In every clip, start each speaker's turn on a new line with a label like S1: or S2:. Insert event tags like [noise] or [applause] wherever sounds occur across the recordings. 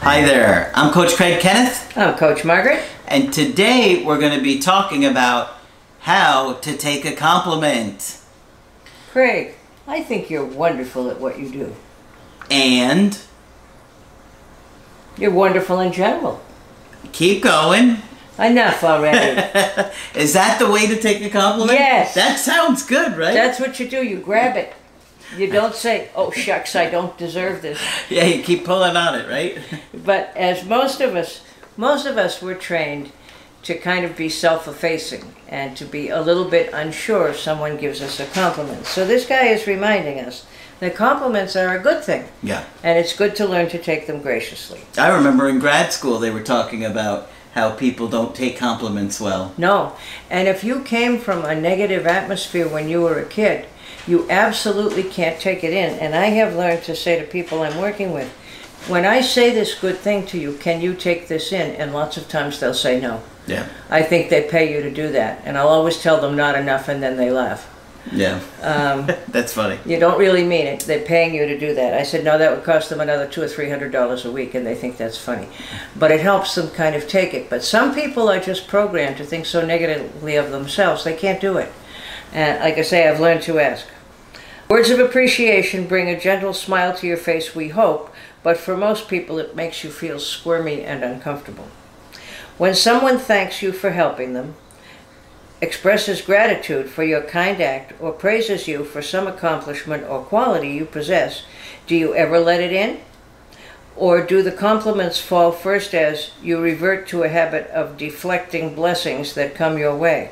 S1: Hi there, I'm Coach Craig Kenneth,
S2: I'm Coach Margaret.
S1: and today we're going to be talking about how to take a compliment
S2: Craig, I think you're wonderful at what you do.
S1: and
S2: You're wonderful in general.
S1: keep going. [laughs]
S2: Enough already.
S1: Is that the way to take a compliment?
S2: Yes.
S1: That sounds good, right?
S2: That's what you do. You grab it. You don't say, oh, shucks, I don't deserve this.
S1: yeah, you keep pulling on it,
S2: [laughs]
S1: right?
S2: But as most of us, most of us were trained to kind of be self effacing and to be a little bit unsure if someone gives us a compliment. So this guy is reminding us that compliments are a good thing
S1: Yeah.
S2: and it's good to learn to take them graciously.
S1: I remember in grad school they were talking about how people don't take compliments well.
S2: No. And if you came from a negative atmosphere when you were a kid, you absolutely can't take it in. And I have learned to say to people I'm working with, when I say this good thing to you, can you take this in? And lots of times they'll say no.
S1: Yeah.
S2: I think they pay you to do that. And I'll always tell them not enough and then they laugh.
S1: Yeah.
S2: Um,
S1: [laughs] That's funny.
S2: you don't really mean it. They're paying you to do that. I said, no, that would cost them another two or three hundred dollars a week, and they think that's funny. But it helps them kind of take it. But some people are just programmed to think so negatively of themselves, they can't do it. And like I say, I've learned to ask. Words of appreciation bring a gentle smile to your face, we hope, but for most people, it makes you feel squirmy and uncomfortable. When someone thanks you for helping them, expresses gratitude for your kind act, or praises you for some accomplishment or quality you possess, do you ever let it in? Or do the compliments fall first as you revert to a habit of deflecting blessings that come your way?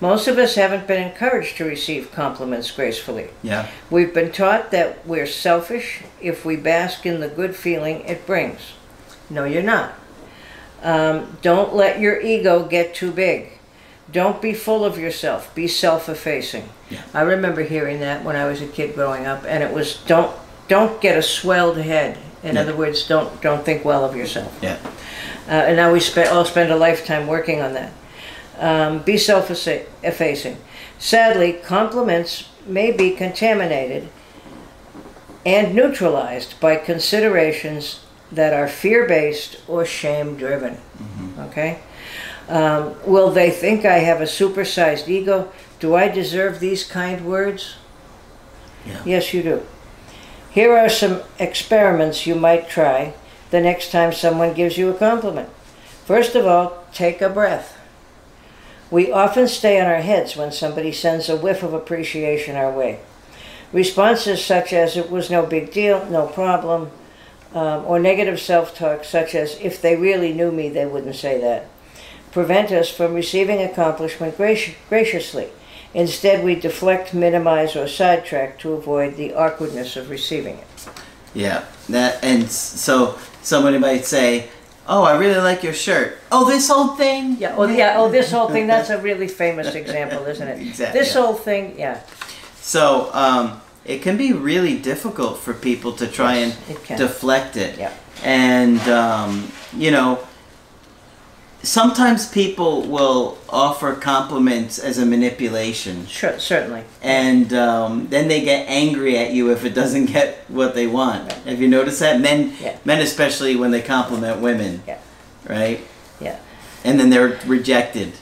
S2: Most of us haven't been encouraged to receive compliments gracefully.
S1: Yeah.
S2: We've been taught that we're selfish if we bask in the good feeling it brings. No, you're not. Um, don't let your ego get too big. Don't be full of yourself. Be self-effacing.
S1: Yeah.
S2: I remember hearing that when I was a kid growing up, and it was don't don't get a swelled head. In
S1: Yeah.
S2: other words, don't don't think well of yourself.
S1: Yeah.
S2: Uh, and now we spend, all spend a lifetime working on that. Um, be self effacing. Sadly, compliments may be contaminated and neutralized by considerations that are fear based or shame driven. Okay? Um, will they think I have a supersized ego? Do I deserve these kind words?
S1: Yeah.
S2: Yes, you do. Here are some experiments you might try the next time someone gives you a compliment. First of all, take a breath. We often stay on our heads when somebody sends a whiff of appreciation our way. Responses such as, it was no big deal, no problem, um, or negative self talk such as, if they really knew me, they wouldn't say that, prevent us from receiving accomplishment graci- graciously. Instead, we deflect, minimize, or sidetrack to avoid the awkwardness of receiving it.
S1: Yeah. That and s- so somebody might say, "Oh, I really like your shirt." Oh, this whole thing.
S2: Yeah, oh, yeah, oh, this whole thing, that's a really famous example, isn't it?
S1: Exactly.
S2: This whole thing, yeah.
S1: So um, it can be really difficult for people to try
S2: Yes,
S1: and
S2: it can.
S1: deflect it.
S2: Yeah.
S1: And um, you know, sometimes people will offer compliments as a manipulation,
S2: Sure, certainly.
S1: and um, then they get angry at you if it doesn't [laughs] get what they want. Have you noticed that men,
S2: Yeah.
S1: men especially when they compliment women,
S2: Yeah.
S1: right?
S2: Yeah.
S1: And then they're rejected.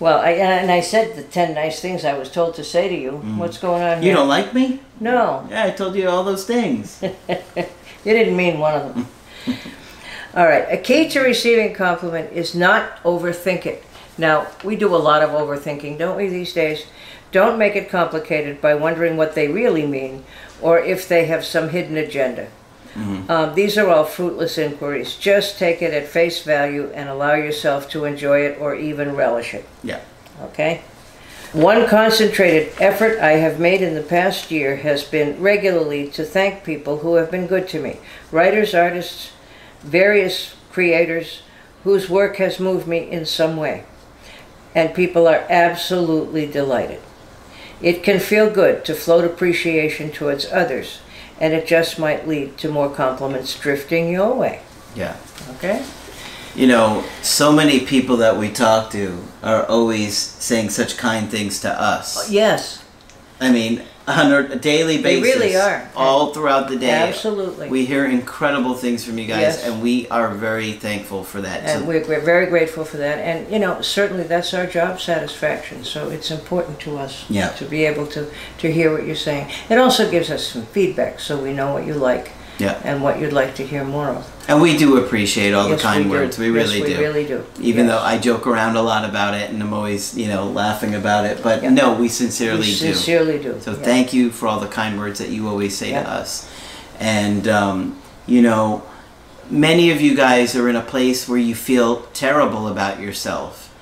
S2: Well, I, and I said the 10 nice things I was told to say to Mm. you. What's going on
S1: You
S2: here?
S1: don't like me?
S2: No,
S1: Yeah, I told you all those
S2: [laughs]
S1: things.
S2: you didn't mean one of them. All right, a key to receiving compliment is not overthink it. Now, we do a lot of overthinking, don't we, these days? Don't make it complicated by wondering what they really mean or if they have some hidden agenda. Um, these are all fruitless inquiries. Just take it at face value and allow yourself to enjoy it or even relish it.
S1: yeah.
S2: Okay? One concentrated effort I have made in the past year has been regularly to thank people who have been good to me writers, artists, various creators whose work has moved me in some way. And people are absolutely delighted. It can feel good to float appreciation towards others, and it just might lead to more compliments drifting your way.
S1: Yeah.
S2: Okay?
S1: You know, so many people that we talk to are always saying such kind things to us.
S2: Yes,
S1: I mean, on a daily
S2: They
S1: basis.
S2: really are.
S1: All throughout the day.
S2: absolutely.
S1: We hear incredible things from you guys,
S2: Yes.
S1: and we are very thankful for that.
S2: and
S1: So,
S2: we're, we're very grateful for that. And you know, certainly that's our job satisfaction. So it's important to us
S1: Yeah.
S2: to be able to to hear what you're saying. It also gives us some feedback, so we know what you like
S1: yeah,
S2: and what you'd like to hear more of.
S1: and we do appreciate all
S2: Yes,
S1: the kind
S2: we do.
S1: words. We
S2: Yes,
S1: really
S2: we
S1: do.
S2: really do.
S1: Even
S2: Yes.
S1: though I joke around a lot about it, and I'm always, you know, laughing about it. But
S2: Yeah.
S1: no, we sincerely
S2: we sincerely do.
S1: do. So
S2: yeah.
S1: thank you for all the kind words that you always say
S2: Yeah.
S1: to us. And um, you know, many of you guys are in a place where you feel terrible about yourself.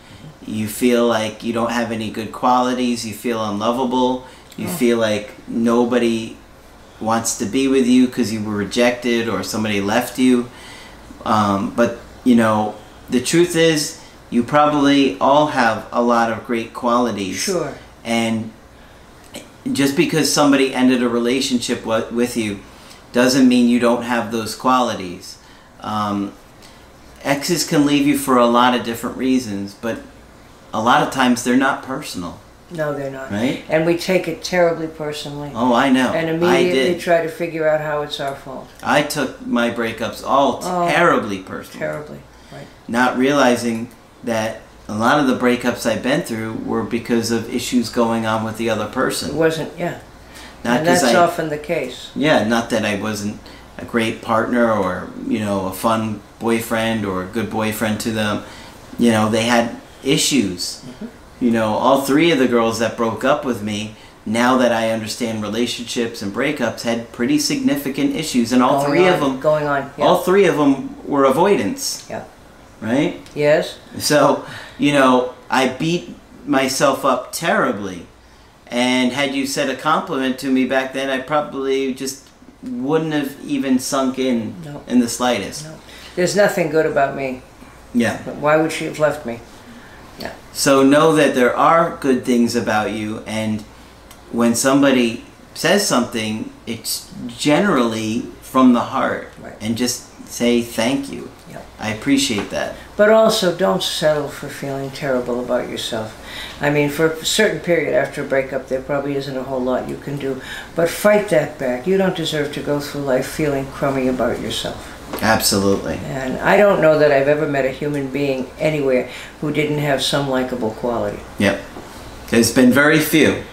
S1: You feel like you don't have any good qualities. You feel unlovable. You feel like nobody wants to be with you because you were rejected or somebody left you. Um, but, you know, the truth is, you probably all have a lot of great qualities.
S2: Sure.
S1: And just because somebody ended a relationship wa- with you doesn't mean you don't have those qualities. Um, exes can leave you for a lot of different reasons, but a lot of times they're not personal,
S2: No, they're not.
S1: right?
S2: And we take it terribly personally.
S1: Oh, I know.
S2: And
S1: I
S2: immediately
S1: did.
S2: try to figure out how it's our fault.
S1: I took my breakups all
S2: Oh.
S1: terribly personal.
S2: Terribly, right?
S1: not realizing that a lot of the breakups I've been through were because of issues going on with the other
S2: It
S1: person.
S2: wasn't, yeah.
S1: Not
S2: and
S1: because
S2: that's
S1: I,
S2: often the case.
S1: yeah, not that I wasn't a great partner or you know a fun boyfriend or a good boyfriend to them. You know they had issues.
S2: Mm-hmm.
S1: You know all three of the girls that broke up with me. Now that I understand relationships and breakups, had pretty significant issues, and all
S2: Going
S1: three of
S2: on,
S1: them,
S2: going on. Yeah.
S1: all three of them were avoidance,
S2: yeah.
S1: right?
S2: Yes.
S1: [laughs] So, you know, I beat myself up terribly. And had you said a compliment to me back then, I probably just wouldn't have even sunk in
S2: No.
S1: in the slightest.
S2: No. There's nothing good about me.
S1: Yeah.
S2: But why would she have left me?
S1: So know that there are good things about you, and when somebody says something, it's generally from the heart.
S2: Right.
S1: And just say thank you.
S2: Yep.
S1: I appreciate that.
S2: But also, don't settle for feeling terrible about yourself. I mean, for a certain period after a breakup, there probably isn't a whole lot you can do. But fight that back. You don't deserve to go through life feeling crummy about yourself.
S1: Absolutely.
S2: And I don't know that I've ever met a human being anywhere who didn't have some likable quality.
S1: Yep. There's been very few.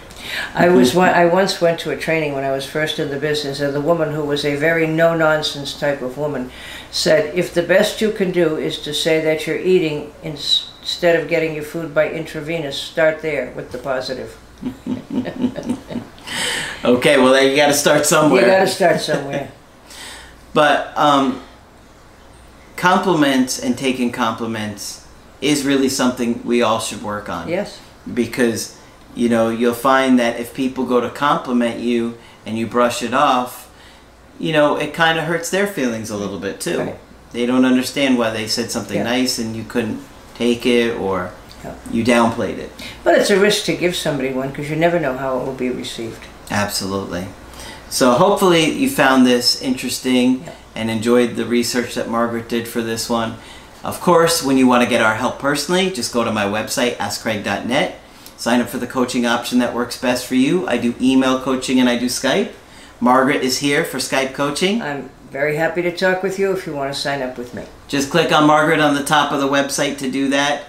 S2: I was one, I once went to a training when I was first in the business, and the woman who was a very no nonsense type of woman said, "If the best you can do is to say that you're eating ins- instead of getting your food by intravenous, start there with the positive.
S1: Okay, well, then you got to start somewhere.
S2: You got to start somewhere.
S1: But um, compliments and taking compliments is really something we all should work on.
S2: yes,
S1: Because, you know, you'll find that if people go to compliment you and you brush it off, you know, it kind of hurts their feelings a little bit too.
S2: Right.
S1: They don't understand why they said something
S2: Yeah.
S1: nice and you couldn't take it or
S2: Yeah.
S1: you downplayed it.
S2: but it's a risk to give somebody one because you never know how it will be received.
S1: Absolutely. So hopefully you found this interesting
S2: Yep.
S1: and enjoyed the research that Margaret did for this one. Of course, when you want to get our help personally, just go to my website, askcraig.net. Sign up for the coaching option that works best for you. I do email coaching and I do Skype. Margaret is here for Skype coaching.
S2: I'm very happy to talk with you if you want to sign up with me.
S1: Just click on Margaret on the top of the website to do that.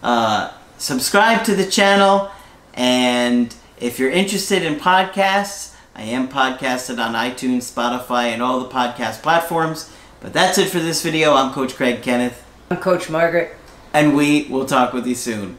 S1: Uh, subscribe to the channel, and if you're interested in podcasts, I am podcasted on iTunes, Spotify, and all the podcast platforms. But that's it for this video. I'm Coach Craig Kenneth,
S2: I'm Coach Margaret.
S1: and we will talk with you soon.